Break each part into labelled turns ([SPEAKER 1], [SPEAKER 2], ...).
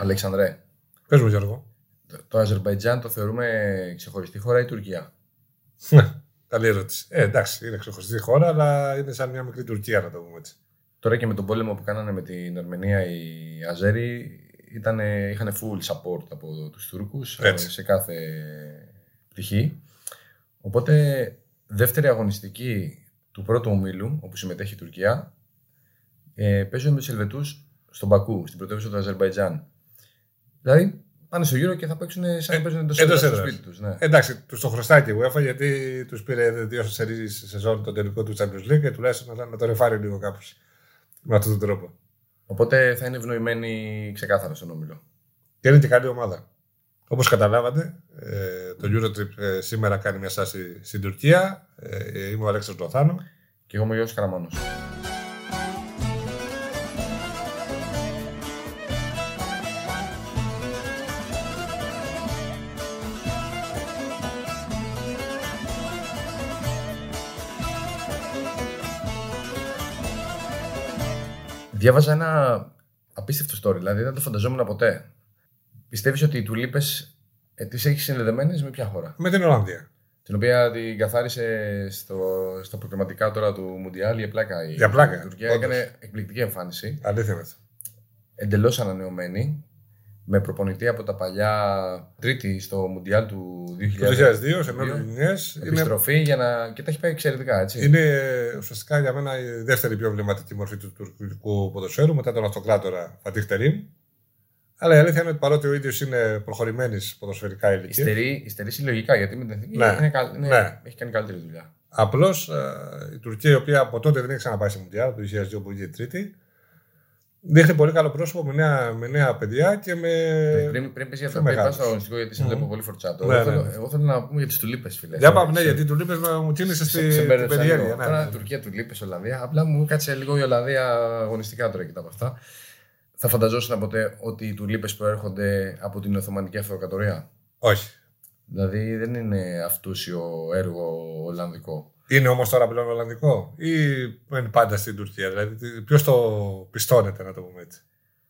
[SPEAKER 1] Αλεξανδρέ,
[SPEAKER 2] Πες μου Γιώργο.
[SPEAKER 1] το- το Αζερβαϊτζάν το θεωρούμε ξεχωριστή χώρα ή Τουρκία.
[SPEAKER 2] Καλή ερώτηση. Ε, εντάξει, είναι ξεχωριστή χώρα, αλλά είναι σαν μια μικρή Τουρκία, να το πούμε έτσι.
[SPEAKER 1] Τώρα και με τον πόλεμο που κάνανε με την Αρμενία οι Αζέροι ήταν, είχαν full support από τους Τούρκους ε,
[SPEAKER 2] Έτσι.
[SPEAKER 1] σε κάθε πτυχή. Οπότε δεύτερη αγωνιστική του πρώτου ομίλου όπου συμμετέχει η Τουρκία ε, παίζουν με τους Ελβετούς στον Πακού, στην πρωτεύουσα του Αζερβαϊτζάν. Δηλαδή πάνε στο γύρο και θα παίξουν σαν να
[SPEAKER 2] Ε,
[SPEAKER 1] παίζουν εντός
[SPEAKER 2] εντός
[SPEAKER 1] έδρας στο
[SPEAKER 2] έδρας.
[SPEAKER 1] σπίτι τους. Ναι.
[SPEAKER 2] Ε, εντάξει, τους το χρωστάει και η UEFA γιατί τους πήρε δύο σερί σεζόν τον τελικό του Champions League και τουλάχιστον να, να το ρεφάρει λίγο κάπως. Με αυτόν τον τρόπο.
[SPEAKER 1] Οπότε θα είναι ευνοημένοι ξεκάθαρα στον όμιλο.
[SPEAKER 2] Και είναι και καλή ομάδα. Όπως καταλάβατε, ε, το Eurotrip ε, σήμερα κάνει μια στάση στην Τουρκία. Ε, είμαι ο Αλέξανδρος Λοθάνο.
[SPEAKER 1] Και εγώ είμαι ο Γιώργος Καραμάνος. Διάβαζα ένα απίστευτο story, δηλαδή δεν το φανταζόμουν ποτέ. Πιστεύεις ότι οι τουλίπες ε, τις έχεις συνδεδεμένες με ποια χώρα?
[SPEAKER 2] Με την Ολλανδία.
[SPEAKER 1] Την οποία την καθάρισε στο, στα προκριματικά τώρα του Μουντιάλ για πλάκα. Η,
[SPEAKER 2] Για πλάκα,
[SPEAKER 1] η Τουρκία
[SPEAKER 2] όντως.
[SPEAKER 1] έκανε εκπληκτική εμφάνιση.
[SPEAKER 2] Αλήθεια είναι αυτό.
[SPEAKER 1] Εντελώς ανανεωμένη. Με προπονητή από τα παλιά Τρίτη στο Μουντιάλ του 2000.
[SPEAKER 2] Το 2002 σε νέου γενιέ είναι,
[SPEAKER 1] Επιστροφή για να. και τα έχει πάει εξαιρετικά έτσι.
[SPEAKER 2] είναι ε, ουσιαστικά για μένα η δεύτερη πιο εμβληματική μορφή του τουρκικού ποδοσφαίρου μετά τον αυτοκράτορα Φατίχ Τερίμ. Αλλά η αλήθεια είναι ότι παρότι ο ίδιος είναι προχωρημένης ποδοσφαιρικά ηλικίας,
[SPEAKER 1] Ιστερεί, ιστερεί συλλογικά γιατί με την εθνική
[SPEAKER 2] Ναι.
[SPEAKER 1] είναι καλ- είναι-
[SPEAKER 2] Ναι.
[SPEAKER 1] έχει κάνει καλύτερη δουλειά.
[SPEAKER 2] Απλώς η Τουρκία, η οποία από τότε δεν έχει ξαναπάει σε Μουντιάλ, το 2002 που είχε τρίτη, δείχνει πολύ καλό πρόσωπο με νέα, με νέα παιδιά και με.
[SPEAKER 1] πριν, πριν πες για
[SPEAKER 2] πιο
[SPEAKER 1] το πριν
[SPEAKER 2] μεγάλος.
[SPEAKER 1] πας στο αγωνιστικό, γιατί σε
[SPEAKER 2] Ε, Μμμ.
[SPEAKER 1] βλέπω πολύ φορτσάτο.
[SPEAKER 2] Ναι,
[SPEAKER 1] εγώ,
[SPEAKER 2] ναι.
[SPEAKER 1] θέλω, εγώ θέλω να πούμε για τις τουλίπες, φίλε.
[SPEAKER 2] Για πάμε, ναι,
[SPEAKER 1] Σε-
[SPEAKER 2] γιατί του λείπε μου κίνησε
[SPEAKER 1] Σε-
[SPEAKER 2] στη,
[SPEAKER 1] σε
[SPEAKER 2] στην
[SPEAKER 1] μπέρδεψα λίγο.
[SPEAKER 2] περιέργεια. ναι,
[SPEAKER 1] Τώρα
[SPEAKER 2] ναι.
[SPEAKER 1] Τουρκία του λείπει, Ολλανδία. Απλά μου κάτσε λίγο η Ολλανδία αγωνιστικά τώρα και τα από αυτά. Θα φανταζόσουν ποτέ ότι οι τουλίπες προέρχονται από την Οθωμανική Αυτοκρατορία.
[SPEAKER 2] Όχι.
[SPEAKER 1] Δηλαδή δεν είναι αυτούσιο έργο Ολλανδικό.
[SPEAKER 2] Είναι όμως τώρα πλέον Ολλανδικό ή μένει πάντα στην Τουρκία. Δηλαδή, ποιος το πιστώνεται, να το πούμε έτσι.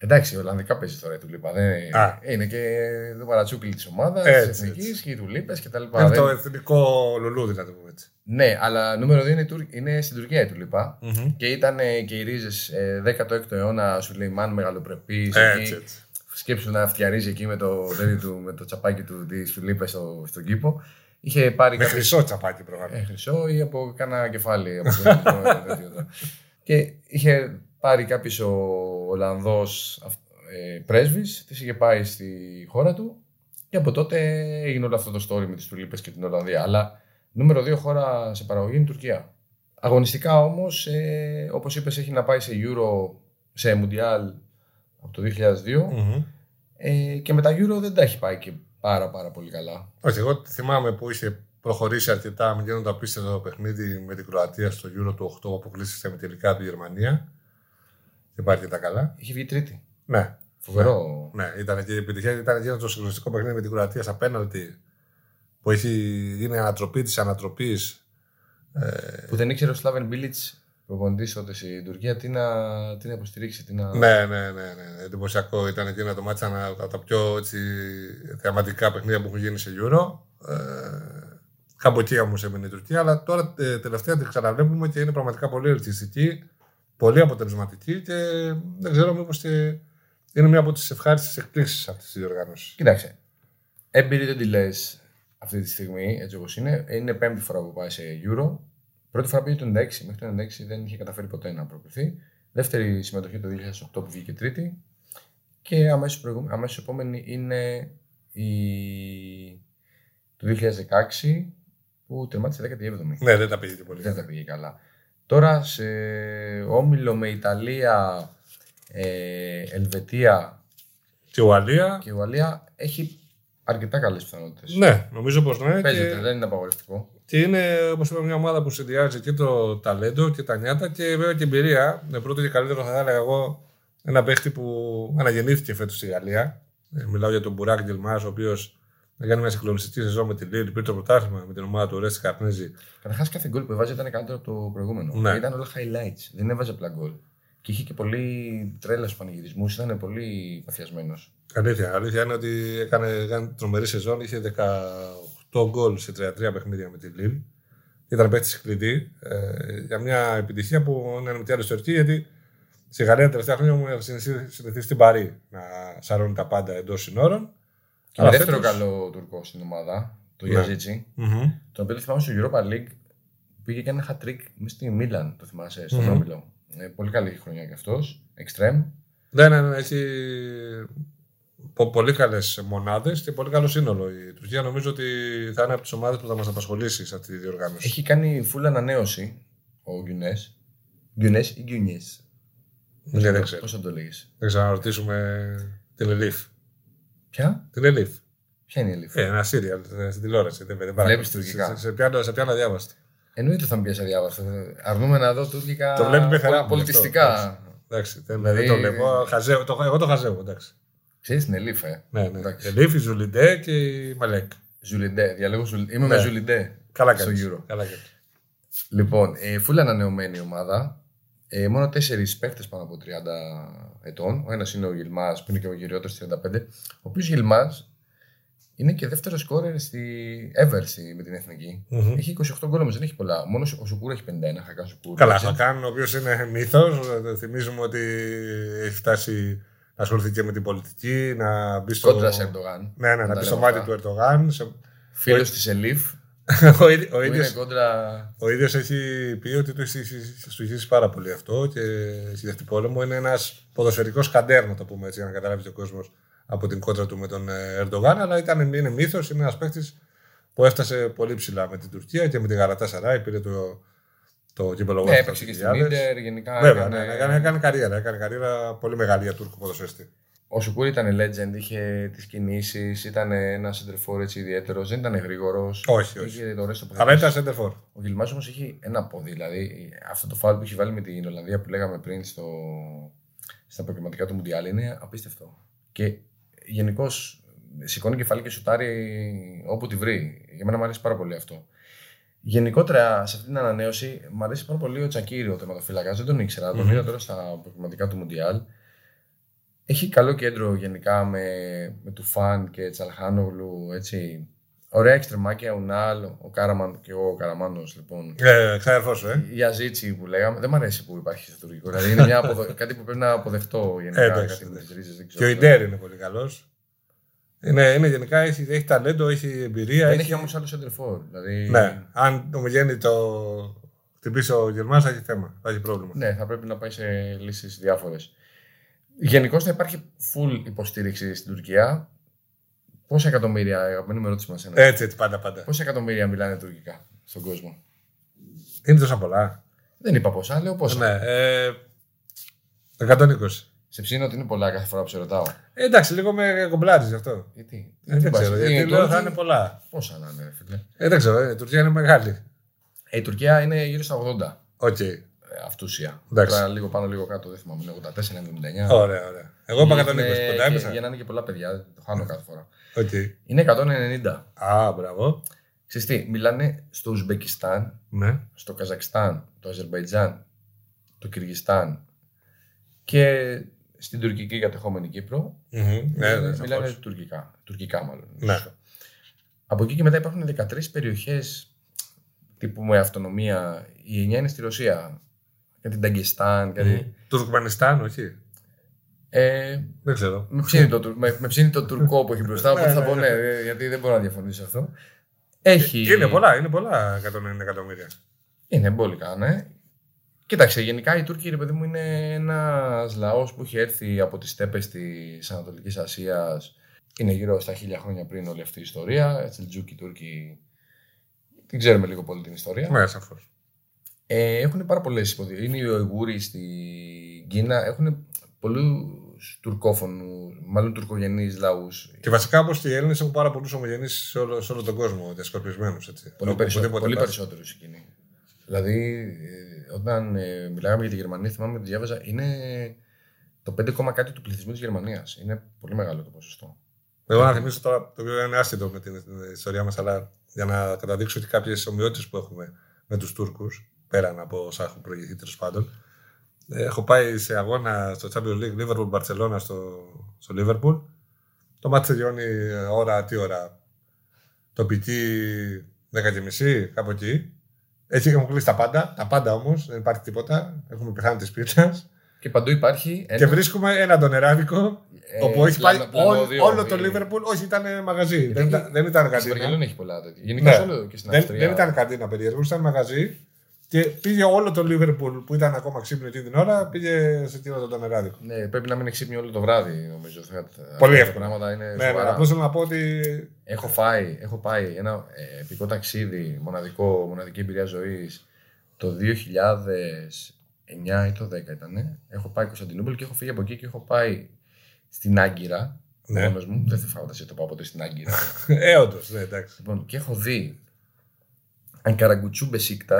[SPEAKER 1] Εντάξει, Ολλανδικά παίζεις τώρα η τουλίπα. Δεν...
[SPEAKER 2] Α.
[SPEAKER 1] Είναι και το παρατσούκλι της ομάδας, της
[SPEAKER 2] Έτσι,
[SPEAKER 1] εθνικής και οι τουλίπες κτλ.
[SPEAKER 2] είναι
[SPEAKER 1] Δεν-
[SPEAKER 2] το εθνικό λουλούδι, να το πούμε έτσι.
[SPEAKER 1] Ναι, αλλά νούμερο 2 είναι, η Τουρ- είναι στην Τουρκία η τουλίπα. Και ήταν ε, και οι ρίζες 16ο αιώνα Σουλεϊμάν, μεγαλοπρεπή.
[SPEAKER 2] Έτσι, έτσι.
[SPEAKER 1] σκέψου να φτιαρίζει εκεί με το, δέρι του, με το τσαπάκι του της Φιλίπε στο, στον κήπο. Είχε πάρει
[SPEAKER 2] Με
[SPEAKER 1] κάποιος
[SPEAKER 2] χρυσό τσαπάκι προγράμμα.
[SPEAKER 1] ε, χρυσό ή από κάνα κεφάλι. Από το ελληνικό, τέτοιο, το. και είχε πάρει κάποιος ο Ολλανδός ε, πρέσβης, της είχε πάει στη χώρα του και από τότε έγινε όλο αυτό το story με τις τουλίπες και την Ολλανδία. Αλλά νούμερο 2 χώρα σε παραγωγή είναι η Τουρκία. Αγωνιστικά όμως, ε, όπως είπες, έχει να πάει σε Euro, σε Mundial από το 2002.
[SPEAKER 2] Μμμ.
[SPEAKER 1] Ε, και με τα Euro δεν τα έχει πάει και πάρα πάρα πολύ καλά.
[SPEAKER 2] Όχι, εγώ θυμάμαι που είχε προχωρήσει αρκετά με γίνοντα απίστευτο παιχνίδι με την Κροατία στο Euro του 8 που αποκλείστηκε με τελικά από τη Γερμανία. Και πάει αρκετά καλά.
[SPEAKER 1] Είχε βγει τρίτη.
[SPEAKER 2] Ναι,
[SPEAKER 1] Φοβερό.
[SPEAKER 2] ναι, ήταν και η επιτυχία. Ήταν και το συγκλονιστικό παιχνίδι με την Κροατία στα πέναλτι που έχει γίνει ανατροπή της ανατροπής.
[SPEAKER 1] Που δεν ήξερε ο Σλάβεν Μπίλιτ προπονητή τότε στην Τουρκία τι να, τι να υποστηρίξει. Τι να...
[SPEAKER 2] Ναι, ναι, ναι, ναι. Εντυπωσιακό ήταν εκείνο το μάτσα ένα από τα πιο έτσι, θεαματικά παιχνίδια που έχουν γίνει σε Euro. Ε, κάπου εκεί όμως έμεινε η Τουρκία, αλλά τώρα ε, τελευταία την ξαναβλέπουμε και είναι πραγματικά πολύ ελκυστική, πολύ αποτελεσματική και ε, δεν ξέρω μήπως είναι μια από τις ευχάριστες εκπλήξεις αυτής της διοργάνωσης.
[SPEAKER 1] Κοίταξε. Έμπειρη δεν τη λες αυτή τη στιγμή, έτσι όπως είναι. Είναι πέμπτη φορά που πάει σε Euro. Πρώτη φορά πήγε το 96. Μέχρι το 96 δεν είχε καταφέρει ποτέ να προκριθεί. Δεύτερη συμμετοχή το 2008 που βγήκε τρίτη. Και αμέσως, προηγούμε- αμέσως επόμενη είναι η... το 2016 που τερμάτισε 17η.
[SPEAKER 2] Ναι, δεν τα πήγε και πολύ.
[SPEAKER 1] Δεν τα πήγε καλά. Τώρα σε όμιλο με Ιταλία, ε, Ελβετία
[SPEAKER 2] Και Ουαλία.
[SPEAKER 1] και Ουαλία έχει αρκετά καλές πιθανότητες.
[SPEAKER 2] Ναι, νομίζω πως ναι.
[SPEAKER 1] Παίζεται,
[SPEAKER 2] και-
[SPEAKER 1] δεν είναι απαγορευτικό.
[SPEAKER 2] Και είναι, όπως είπαμε, μια ομάδα που συνδυάζει και το ταλέντο και τα νιάτα και βέβαια και εμπειρία. Με πρώτο και καλύτερο θα έλεγα εγώ ένα παίχτη που αναγεννήθηκε φέτος στη Γαλλία. Ε, μιλάω για τον Μπουράκ Ντελμάς, ο οποίος έκανε μια συγκλονιστική σεζόν με τη Λίλ, πήρε το πρωτάθλημα με την ομάδα του Ρέστι Καρνέζη.
[SPEAKER 1] Καταρχάς κάθε γκολ που έβαζε ήταν καλύτερο από το προηγούμενο.
[SPEAKER 2] Ναι.
[SPEAKER 1] Ήταν όλα highlights. Δεν έβαζε απλά γκολ. Και είχε και πολύ τρέλα στου πανηγυρισμούς, ήταν πολύ παθιασμένος.
[SPEAKER 2] Αλήθεια, αλήθεια είναι ότι έκανε, έκανε τρομερή σεζόν. Είχε 18 γκολ σε 33 παιχνίδια με τη Λίλ. Ήταν παίχτη κλειδί ε, για μια επιτυχία που είναι ανεμητιάρη στην Τουρκία, γιατί στη Γαλλία τα τελευταία χρόνια μου έχει συνηθίσει στην Παρή να σαρώνει τα πάντα εντός συνόρων.
[SPEAKER 1] Και
[SPEAKER 2] Αλλά
[SPEAKER 1] δεύτερο
[SPEAKER 2] φέτος-
[SPEAKER 1] καλό τουρκό στην ομάδα, το
[SPEAKER 2] Ναι.
[SPEAKER 1] Γιαζίτσι,
[SPEAKER 2] Μμμ.
[SPEAKER 1] τον οποίο θυμάμαι στο Europa League πήγε και ένα hat-trick μες στη Μίλαν, το θυμάσαι, στον
[SPEAKER 2] Μμμ.
[SPEAKER 1] Όμιλο. Ε, πολύ καλή χρονιά κι αυτός, extreme.
[SPEAKER 2] Ναι, ναι, ναι, έχει πο- πολύ καλές μονάδες και πολύ καλό σύνολο. Η Τουρκία νομίζω ότι θα είναι από τις ομάδες που θα μας απασχολήσει σε αυτή τη διοργάνωση.
[SPEAKER 1] Έχει κάνει full ανανέωση ο Γκιουνές. Γκιουνές ή Γκιουνιές.
[SPEAKER 2] Ναι, δεν ξέρω.
[SPEAKER 1] Πώς θα το λέγεις.
[SPEAKER 2] Δεν ξαναρωτήσουμε την Ελίφ.
[SPEAKER 1] Ποια?
[SPEAKER 2] Την Ελίφ.
[SPEAKER 1] Ποια είναι η Ελίφ.
[SPEAKER 2] Ε, ένας σύριαλ ε, στην τηλεόραση. Δεν, δεν
[SPEAKER 1] Βλέπεις
[SPEAKER 2] παρακολουθείς.
[SPEAKER 1] τουρκικά.
[SPEAKER 2] Σε, σε, πιάνω, σε πιάνω αδιάβαστη.
[SPEAKER 1] Εννοείται θα μου πιάσει αδιάβαστο. Αρνούμε να δω τουρκικά
[SPEAKER 2] Το βλέπεις με χαρά
[SPEAKER 1] πολ-
[SPEAKER 2] μου
[SPEAKER 1] πολιτιστικά.
[SPEAKER 2] Εντάξει, δεν,
[SPEAKER 1] Δηλαδή-
[SPEAKER 2] δεν το βλέπω. Εγώ χαζεύω, το, εγώ το χαζεύω. Εντάξει.
[SPEAKER 1] Ξέρεις την Ελίφ, ε.
[SPEAKER 2] Ναι, ναι.
[SPEAKER 1] Εντάξει.
[SPEAKER 2] Ελίφ, η Ζουλιντέ και η Μαλέκ.
[SPEAKER 1] Ζουλιντέ. Διαλέγω Ζουλιντέ. Είμαι
[SPEAKER 2] Ναι.
[SPEAKER 1] με Ζουλιντέ.
[SPEAKER 2] Καλά
[SPEAKER 1] Στο
[SPEAKER 2] κάνεις.
[SPEAKER 1] Euro.
[SPEAKER 2] Καλά κάνεις.
[SPEAKER 1] Λοιπόν, ε, φούλα ανανεωμένη ομάδα. Ε, μόνο τέσσερις παίχτε πάνω από 30 ετών. Ο ένας είναι ο Γιλμάς, που είναι και ο γυριότερος 35. Ο οποίος Γιλμάς είναι και δεύτερος σκόρερ στη Ever στη- με την εθνικη
[SPEAKER 2] Μμμ.
[SPEAKER 1] Έχει 28 γκολ όμως δεν έχει πολλά. Μόνος ο Σουκούρα έχει 51. Χακά Σουκούρα.
[SPEAKER 2] Καλά,
[SPEAKER 1] Έτσι.
[SPEAKER 2] Χακάν, ο οποίος είναι μύθος. Θυμίζουμε ότι έχει φτάσει να ασχοληθεί και με την πολιτική, να μπει στο.
[SPEAKER 1] Κόντρα σε Ερντογάν.
[SPEAKER 2] Ναι, ναι,
[SPEAKER 1] Τα
[SPEAKER 2] να μπει
[SPEAKER 1] λέμε
[SPEAKER 2] στο μάτι
[SPEAKER 1] αυτά.
[SPEAKER 2] του Ερντογάν. Σε-
[SPEAKER 1] Φίλος της Ελίφ.
[SPEAKER 2] ο ίδι- ο
[SPEAKER 1] που
[SPEAKER 2] ίδιος-
[SPEAKER 1] είναι κόντρα.
[SPEAKER 2] Ο ίδιος έχει πει ότι του έχει στοιχήσει πάρα πολύ αυτό και στη δεύτερη πόλεμο είναι ένας ποδοσφαιρικός καντέρ, να το πούμε έτσι, για να καταλάβει και ο κόσμος από την κόντρα του με τον ε, Ερντογάν. Αλλά ήταν, είναι μύθος, είναι ένας παίκτης που έφτασε πολύ ψηλά με την Τουρκία και με την Γαλατά Σαράι. Πήρε το, το κύπελο
[SPEAKER 1] Ναι,
[SPEAKER 2] World Cup
[SPEAKER 1] έπαιξε και στην
[SPEAKER 2] 2000.
[SPEAKER 1] Ιντερ. Γενικά.
[SPEAKER 2] Βέβαια,
[SPEAKER 1] έκανε-
[SPEAKER 2] ναι, έκανε, έκανε καριέρα. Έκανε καριέρα πολύ μεγάλη για Τούρκο ποδοσφαιριστή.
[SPEAKER 1] Ο Σουκούρ ήταν legend, είχε τις κινήσεις, ήταν ένας center έτσι ιδιαίτερος, δεν ήταν γρήγορος.
[SPEAKER 2] Όχι, όχι.
[SPEAKER 1] Είχε ωραίες
[SPEAKER 2] Αλλά
[SPEAKER 1] τοποθετήσεις.
[SPEAKER 2] ήταν σέντερφορ.
[SPEAKER 1] Ο Γιλμάς όμως έχει ένα πόδι. Δηλαδή αυτό το φάουλ που έχει βάλει με την Ολλανδία που λέγαμε πριν στο... στα προκριματικά του Μουντιάλ είναι απίστευτο. Και γενικώς σηκώνει κεφάλι και σουτάρει όπου τη βρει. Για μένα μου αρέσει πάρα πολύ αυτό. Γενικότερα σε αυτή την ανανέωση μου αρέσει πάρα πολύ ο Τσακίριο ο τερματοφύλακα. Δεν τον ήξερα. Τον
[SPEAKER 2] Μμμ.
[SPEAKER 1] είδα τώρα στα προκριματικά του Μουντιάλ. Έχει καλό κέντρο γενικά με, με Τουφάν και Τσαλχάνογλου. Έτσι. Ωραία εξτρεμάκια, ο Νάλ, ο Κάραμαν και εγώ ο Καραμάνος λοιπόν.
[SPEAKER 2] Ε, ξαδερφό, ε.
[SPEAKER 1] Η Γιαζίτσι που λέγαμε, δεν μου αρέσει που υπάρχει στο τουρκικό. Δηλαδή είναι μια αποδο... κάτι που πρέπει να αποδεχτώ γενικά.
[SPEAKER 2] Ε, εντάξει,
[SPEAKER 1] κάτι με
[SPEAKER 2] εντάξει.
[SPEAKER 1] τις ρίζες, δεν ξέρω.
[SPEAKER 2] Και ο Ιντέρ είναι πολύ καλός. Είναι, είναι γενικά έχει, έχει ταλέντο, έχει εμπειρία.
[SPEAKER 1] Δεν έχει όμως άλλος σεντερφόρ. Δηλαδή...
[SPEAKER 2] Ναι. Αν το γέννη το χτυπήσει ο Γερμανός, θα έχει θέμα. Θα έχει πρόβλημα.
[SPEAKER 1] Ναι, θα πρέπει να πάει σε λύσεις διάφορες. Γενικώς θα υπάρχει full υποστήριξη στην Τουρκία. Πόσα εκατομμύρια, αγαπημένο με ερώτηση μας ένα.
[SPEAKER 2] Έτσι, έτσι, πάντα, πάντα.
[SPEAKER 1] Πόσα εκατομμύρια μιλάνε τουρκικά στον κόσμο.
[SPEAKER 2] Είναι τόσα πολλά.
[SPEAKER 1] Δεν είπα πόσα, λέω πόσα.
[SPEAKER 2] Ναι. Ε, 120.
[SPEAKER 1] Σε ψήνω ότι είναι πολλά κάθε φορά που σε ρωτάω.
[SPEAKER 2] Ε, εντάξει, λίγο με κομπλάρει γι' αυτό.
[SPEAKER 1] Γιατί.
[SPEAKER 2] Ε, δεν
[SPEAKER 1] πας,
[SPEAKER 2] ξέρω.
[SPEAKER 1] τι είναι
[SPEAKER 2] Γιατί
[SPEAKER 1] το
[SPEAKER 2] λέω θα
[SPEAKER 1] ότι-
[SPEAKER 2] είναι πολλά.
[SPEAKER 1] Πόσα να είναι, ρε φίλε.
[SPEAKER 2] Ε, δεν ξέρω, ε, η Τουρκία είναι μεγάλη.
[SPEAKER 1] Ε, Η Τουρκία είναι γύρω στα 80.
[SPEAKER 2] Οκ.
[SPEAKER 1] ε, αυτούσια.
[SPEAKER 2] Εντάξει.
[SPEAKER 1] Τώρα λίγο πάνω, λίγο κάτω, δεν θυμάμαι. Είναι 84-99.
[SPEAKER 2] Ωραία, ωραία. Εγώ είπα 120.
[SPEAKER 1] Είναι
[SPEAKER 2] Κοντά
[SPEAKER 1] και-
[SPEAKER 2] έπεσα.
[SPEAKER 1] Για να είναι και πολλά παιδιά, το χάνω κάθε φορά.
[SPEAKER 2] Οκ.
[SPEAKER 1] Είναι 190.
[SPEAKER 2] Α, μπράβο.
[SPEAKER 1] Ξέρεις τι, μιλάνε στο Ουσμπεκιστάν,
[SPEAKER 2] Ναι.
[SPEAKER 1] στο Καζακστάν, το Αζερβαϊτζάν, το Κυργιστάν και στην τουρκική κατεχόμενη Κύπρο. Ε,
[SPEAKER 2] Μμμ. Ναι, ναι,
[SPEAKER 1] μιλάνε
[SPEAKER 2] σαφώς.
[SPEAKER 1] τουρκικά. Τουρκικά, μάλλον.
[SPEAKER 2] Ναι.
[SPEAKER 1] σωστό. Από εκεί και μετά υπάρχουν 13 περιοχές τύπου με αυτονομία. Η 9 είναι στη Ρωσία. Κάτι Νταγκεστάν, κάτι.
[SPEAKER 2] Μμμ. Τουρκμανιστάν, όχι.
[SPEAKER 1] Ε,
[SPEAKER 2] Δεν ξέρω.
[SPEAKER 1] Με ψήνει, το, τουρ- με, με ψήνει το τουρκό που έχει μπροστά, οπότε
[SPEAKER 2] Ναι,
[SPEAKER 1] θα
[SPEAKER 2] ναι,
[SPEAKER 1] πω
[SPEAKER 2] ναι.
[SPEAKER 1] ναι, ε, γιατί δεν μπορώ να διαφωνήσω σε αυτό. Έχει.
[SPEAKER 2] Και Είναι πολλά, είναι πολλά 190 εκατομμύρια.
[SPEAKER 1] Είναι εμπόλικα, ναι. Κοίταξε, γενικά οι Τούρκοι, ρε παιδί μου, είναι ένας λαός που έχει έρθει από τις στέπες της Ανατολικής Ασίας. Είναι γύρω στα χίλια χρόνια πριν όλη αυτή η ιστορία. Τσελτζούκοι, Τούρκοι. Την ξέρουμε λίγο πολύ την ιστορία.
[SPEAKER 2] Ναι, σαφώς.
[SPEAKER 1] Ε, έχουν πάρα πολλές υποδιέ. Είναι οι Ουγγούροι στην Κίνα. Έχουν πολλούς τουρκόφωνους, μάλλον τουρκογενείς λαούς.
[SPEAKER 2] Και βασικά όπως και οι Έλληνες έχουν πάρα πολλούς ομογενείς σε, όλο- σε όλο τον κόσμο, διασκορπισμένους.
[SPEAKER 1] Πολύ, περισσότερο, πολύ περισσότερο εκείνοι. Δηλαδή, ε, όταν ε, μιλάγαμε για τη Γερμανία, θυμάμαι ότι διάβαζα, είναι το 5, κόμμα κάτι του πληθυσμού της Γερμανίας. Είναι πολύ μεγάλο το ποσοστό.
[SPEAKER 2] Εγώ να θυμίσω τώρα το οποίο είναι άσχετο με την, την ιστορία μας, αλλά για να καταδείξω ότι κάποιες ομοιότητες που έχουμε με τους Τούρκους, πέραν από όσα έχουν προηγηθεί τέλος πάντων, Έχω πάει σε αγώνα στο Champions League Liverpool Barcelona στο, στο Liverpool. Το μάτι τελειώνει ε, ώρα, τι ώρα. Τοπική 10.30, κάπου εκεί. Έτσι είχαμε κλείσει τα πάντα. Τα πάντα όμως, δεν υπάρχει τίποτα. Έχουμε πεθάνει τη πίτα.
[SPEAKER 1] Και παντού υπάρχει. Ένα...
[SPEAKER 2] Και βρίσκουμε έναν τον Εράδικο
[SPEAKER 1] ε,
[SPEAKER 2] όπου έχει πάει
[SPEAKER 1] πλάνο-
[SPEAKER 2] όλο,
[SPEAKER 1] πλανοδίο,
[SPEAKER 2] όλο το
[SPEAKER 1] ε,
[SPEAKER 2] Λίβερπουλ. Όχι, ήταν μαγαζί.
[SPEAKER 1] Γιατί
[SPEAKER 2] δεν,
[SPEAKER 1] και-
[SPEAKER 2] ήταν, δεν ήταν
[SPEAKER 1] Ε, Στην
[SPEAKER 2] καντίνα.
[SPEAKER 1] Βαρκελόνη έχει πολλά τέτοια. Γενικά σε
[SPEAKER 2] Ναι.
[SPEAKER 1] όλο και στην
[SPEAKER 2] δεν,
[SPEAKER 1] Αυστρία.
[SPEAKER 2] δεν ήταν καντίνα περίεργο, ήταν μαγαζί. Και πήγε όλο το Λίβερπουλ που ήταν ακόμα ξύπνιο εκείνη την ώρα, πήγε σε τύρο τον Εράδικο.
[SPEAKER 1] Ναι, πρέπει να μην ξύπνει όλο το βράδυ, νομίζω. Θα- αυτά
[SPEAKER 2] Πολύ
[SPEAKER 1] τα
[SPEAKER 2] εύκολα.
[SPEAKER 1] πράγματα είναι
[SPEAKER 2] Ναι, ναι,
[SPEAKER 1] Ε, σοβαρά.
[SPEAKER 2] απλώς θέλω να πω ότι.
[SPEAKER 1] Έχω φάει, έχω πάει ένα ε, επικό ταξίδι, μοναδικό, μοναδική εμπειρία ζωής το 2009 ή το 10 ήταν. Έχω πάει Κωνσταντινούπολη και έχω φύγει από εκεί και έχω πάει στην Άγκυρα.
[SPEAKER 2] Ναι.
[SPEAKER 1] Μόνος μου, δεν θα φανταστεί το πάω ποτέ στην Άγκυρα.
[SPEAKER 2] Ε, όντως, ναι, εντάξει.
[SPEAKER 1] λοιπόν, και έχω δει Αγκαραγκουτσού Μπεσίκτα.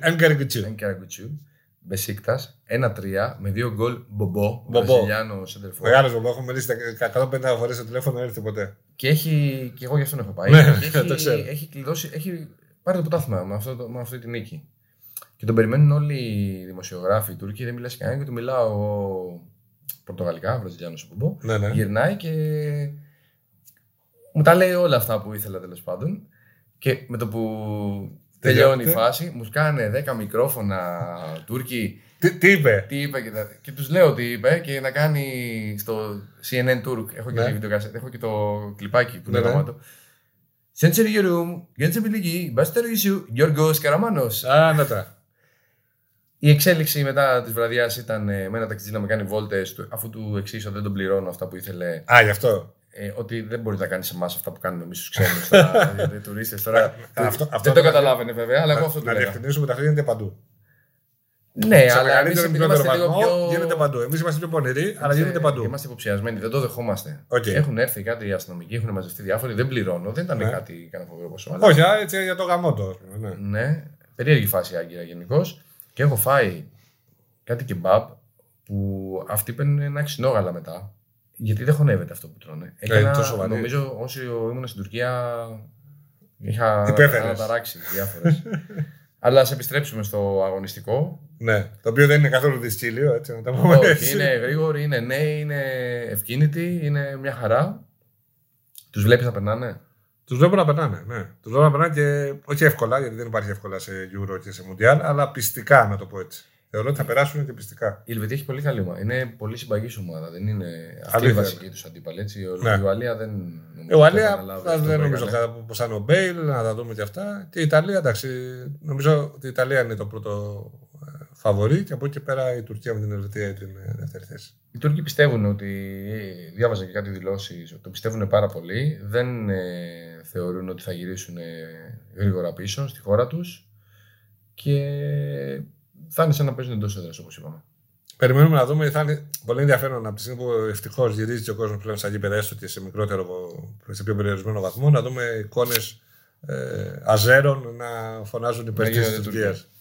[SPEAKER 2] Αγκαραγκουτσίου.
[SPEAKER 1] Αγκαραγκουτσού Μπεσίκτα 1-3 με δύο γκολ μπομπό.
[SPEAKER 2] Μπομπό.
[SPEAKER 1] Βραζιλιάνος σεντερφόρ.
[SPEAKER 2] Μεγάλο μου, έχουμε μιλήσει τα- 150 φορές στο τηλέφωνο, δεν ήρθε ποτέ.
[SPEAKER 1] Και έχει. και εγώ γι' αυτόν έχω πάει.
[SPEAKER 2] Ναι,
[SPEAKER 1] και έχει,
[SPEAKER 2] το ξέρω.
[SPEAKER 1] έχει κλειδώσει. Έχει πάρει το πρωτάθλημα με, αυτό, το- με αυτή τη νίκη. Και τον περιμένουν όλοι οι δημοσιογράφοι οι Τούρκοι. Δεν μιλάει κανένα και του μιλάω εγώ Πορτογαλικά, Βραζιλιάνο όπου μπω.
[SPEAKER 2] Ναι, ναι.
[SPEAKER 1] Γυρνάει και μου τα λέει όλα αυτά που ήθελα τέλος πάντων. Και με το που τελειώνει η
[SPEAKER 2] Τελειώνεται.
[SPEAKER 1] φάση, μου σκάνε 10 μικρόφωνα Τούρκοι.
[SPEAKER 2] Τι, τι είπε.
[SPEAKER 1] Τι είπε και, τα... και τους λέω τι είπε και να κάνει στο CNN Turk. Έχω και,
[SPEAKER 2] Ναι.
[SPEAKER 1] τη βιντεοκασέτα, έχω και το κλιπάκι που είναι
[SPEAKER 2] Ναι,
[SPEAKER 1] το
[SPEAKER 2] ναι.
[SPEAKER 1] γαμάτο. Σέντσερ Γιουρούμ, Γκέντσε Μπιλική, Μπάστερ Ισού, Γιώργος Καραμάνος.
[SPEAKER 2] Α, να τα.
[SPEAKER 1] Η εξέλιξη μετά της βραδιάς ήταν ε, με ένα ταξιτζή να με κάνει βόλτες, αφού του εξήγησα ότι δεν τον πληρώνω αυτά που ήθελε.
[SPEAKER 2] Α, γι' αυτό.
[SPEAKER 1] ε, ότι δεν μπορεί να κάνεις σε εμάς αυτά που κάνουμε εμείς τους ξένους. τουρίστε ε, τώρα.
[SPEAKER 2] Αυτό- αυτό
[SPEAKER 1] δεν το
[SPEAKER 2] να-
[SPEAKER 1] καταλάβαινε βέβαια, αλλά εγώ αυτό του
[SPEAKER 2] Να
[SPEAKER 1] λέγα.
[SPEAKER 2] διευκρινίσουμε τα γίνεται παντού.
[SPEAKER 1] Ναι,
[SPEAKER 2] Σε
[SPEAKER 1] αλλά εμεί
[SPEAKER 2] μεγαλύτερο ή μικρότερο
[SPEAKER 1] είμαστε λίγο
[SPEAKER 2] βαθμό
[SPEAKER 1] πιο.
[SPEAKER 2] γίνεται παντού. Εμείς είμαστε πιο πονηροί, αλλά
[SPEAKER 1] Είμαστε-
[SPEAKER 2] γίνεται παντού.
[SPEAKER 1] Είμαστε υποψιασμένοι, δεν το δεχόμαστε.
[SPEAKER 2] Οκ.
[SPEAKER 1] Έχουν έρθει κάτι οι αστυνομικοί, έχουν μαζευτεί διάφοροι, δεν πληρώνω, δεν ήταν
[SPEAKER 2] Ναι.
[SPEAKER 1] κάτι κανένα φοβερό ποσό. αλλά-
[SPEAKER 2] Όχι, α, έτσι για το γαμό το. ας πούμε, ναι.
[SPEAKER 1] Ναι, περίεργη φάση η Άγκυρα γενικώς. Και έχω φάει κάτι κεμπάπ που αυτοί παίρνουν ένα ξινόγαλα μετά. Γιατί δεν χωνεύεται αυτό που τρώνε. Έκανα,
[SPEAKER 2] Ε, τόσο βαρύ.
[SPEAKER 1] νομίζω όσοι ήμουν στην Τουρκία είχα
[SPEAKER 2] Υπέφερες.
[SPEAKER 1] αναταράξει διάφορες. Αλλά ας επιστρέψουμε στο αγωνιστικό.
[SPEAKER 2] Ναι. Το οποίο δεν είναι καθόλου δυστύλιο, έτσι να τα πούμε. έτσι.
[SPEAKER 1] Όχι, είναι γρήγοροι, είναι νέοι, είναι ευκίνητοι, είναι μια χαρά. Τους βλέπεις να περνάνε.
[SPEAKER 2] Τους βλέπω να περνάνε. Ναι. Τους βλέπω να περνάνε και όχι εύκολα, γιατί δεν υπάρχει εύκολα σε Euro και σε Mundial, αλλά πιστικά να το πω έτσι. Θεωρώ ότι θα περάσουν και πιστικά.
[SPEAKER 1] Η Ελβετία έχει πολύ καλή ομάδα. Είναι πολύ συμπαγής ομάδα. Δεν είναι αυτή η
[SPEAKER 2] Αλήθεια
[SPEAKER 1] βασική τους αντίπαλη. Έτσι. Ο-
[SPEAKER 2] Ναι.
[SPEAKER 1] Η Ουαλία δεν νομίζω.
[SPEAKER 2] Η Ουαλία
[SPEAKER 1] ότι θα
[SPEAKER 2] θα-
[SPEAKER 1] αυτό
[SPEAKER 2] δεν
[SPEAKER 1] που
[SPEAKER 2] νομίζω
[SPEAKER 1] έκανε.
[SPEAKER 2] πώ θα είναι ο Μπέιλ, να τα δούμε και αυτά. Και η Ιταλία, εντάξει. Νομίζω ότι η Ιταλία είναι το πρώτο ε, φαβορή και από εκεί και πέρα η Τουρκία με την Ελβετία ή την ε, δεύτερη θέση.
[SPEAKER 1] Οι Τούρκοι πιστεύουν ότι. ε, Διάβαζα και κάτι δηλώσεις. Το πιστεύουν πάρα πολύ. Δεν ε, θεωρούν ότι θα γυρίσουν ε, γρήγορα πίσω στη χώρα τους. Και ε, θα είναι σαν να παίζουν εντός έδρας όπως είπαμε.
[SPEAKER 2] Περιμένουμε να δούμε. Θα είναι πολύ ενδιαφέρον από τη στιγμή που ευτυχώς γυρίζει και ο κόσμος πλέον στα γήπεδα, έστω και σε μικρότερο, σε πιο περιορισμένο βαθμό, να δούμε εικόνες ε, αζέρων να φωνάζουν υπέρ
[SPEAKER 1] Να
[SPEAKER 2] τη
[SPEAKER 1] γίνονται
[SPEAKER 2] Τουρκία.
[SPEAKER 1] Τούρκοι.